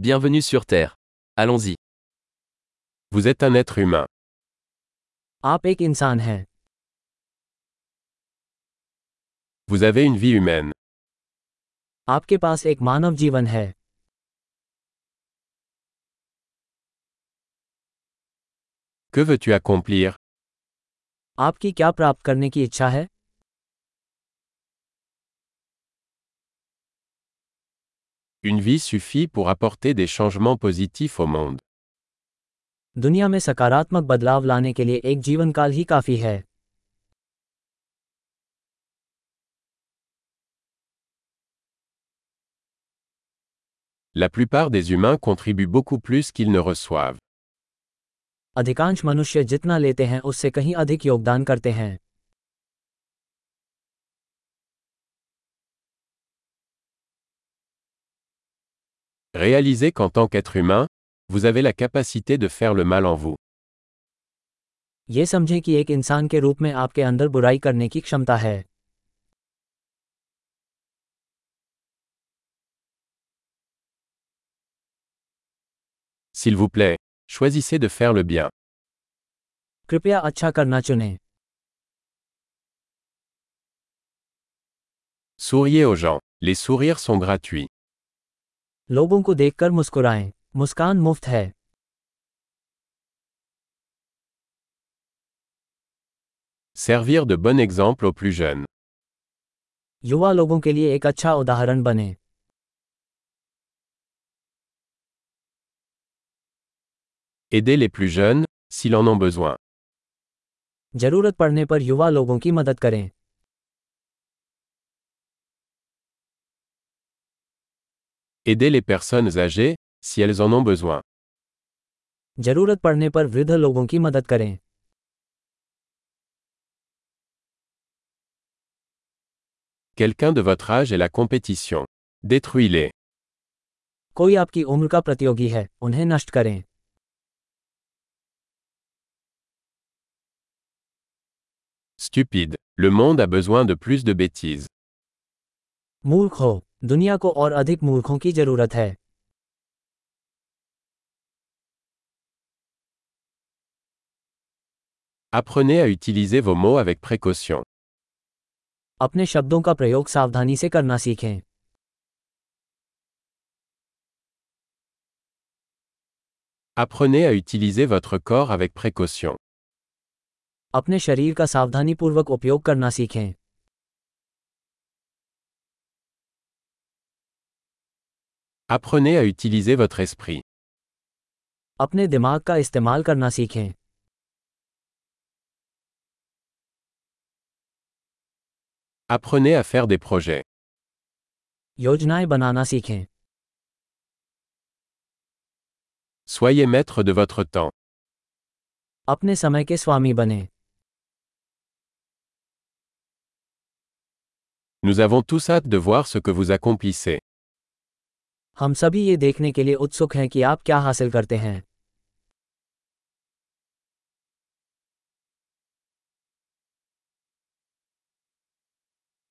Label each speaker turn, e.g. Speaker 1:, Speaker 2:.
Speaker 1: Bienvenue sur Terre. Allons-y.
Speaker 2: Vous êtes un être humain.
Speaker 3: आप एक इंसान हैं
Speaker 2: Vous avez une vie humaine.
Speaker 3: आपके पास एक मानव जीवन है
Speaker 2: Que veux-tu accomplir
Speaker 3: आपकी क्या प्राप्त करने की इच्छा है
Speaker 2: Une vie suffit pour apporter des changements positifs au monde.
Speaker 3: दुनिया में सकारात्मक बदलाव लाने के लिए एक जीवन काल ही काफी है
Speaker 2: La plupart des humains contribuent beaucoup plus qu'ils ne reçoivent.
Speaker 3: अधिकांश मनुष्य जितना लेते हैं उससे कहीं अधिक योगदान करते हैं
Speaker 2: Réalisez qu'en tant qu'être humain, vous avez la capacité de faire le mal en vous.
Speaker 3: ये समझें कि एक इंसान के रूप में आपके अंदर बुराई करने की क्षमता है
Speaker 2: S'il vous plaît, choisissez de faire le bien.
Speaker 3: कृपया अच्छा करना चुनें
Speaker 2: Souriez aux gens. Les sourires sont gratuits.
Speaker 3: लोगों को देखकर मुस्कुराएं मुस्कान मुफ्त है
Speaker 2: Servir de bon exemple aux plus jeunes.
Speaker 3: युवा लोगों के लिए एक अच्छा उदाहरण बने
Speaker 2: Aidez les plus jeunes, s'ils en ont besoin.
Speaker 3: जरूरत पड़ने पर युवा लोगों की मदद करें
Speaker 2: Aidez les personnes âgées, si elles en ont besoin.
Speaker 3: जरूरत पड़ने पर वृद्ध लोगों की मदद करें
Speaker 2: Quelqu'un de votre âge est la compétition. Détruis-les.
Speaker 3: कोई आपकी उम्र का प्रतियोगी है उन्हें नष्ट करें
Speaker 2: Stupide. Le monde a besoin de plus de bêtises.
Speaker 3: मूर्ख हो दुनिया को और अधिक मूर्खों की जरूरत है
Speaker 2: Apprenez à utiliser vos mots avec précaution.
Speaker 3: अपने शब्दों का प्रयोग सावधानी से करना सीखें
Speaker 2: Apprenez à utiliser votre corps avec précaution.
Speaker 3: अपने शरीर का सावधानीपूर्वक उपयोग करना सीखें
Speaker 2: Apprenez à utiliser votre esprit.
Speaker 3: अपने दिमाग का इस्तेमाल करना सीखें
Speaker 2: Apprenez à faire des projets.
Speaker 3: योजनाएं बनाना सीखें
Speaker 2: Soyez maître de votre temps.
Speaker 3: अपने समय के स्वामी बने
Speaker 2: Nous avons tous hâte de voir ce que vous accomplissez.
Speaker 3: हम सभी ये देखने के लिए उत्सुक हैं कि आप क्या हासिल करते हैं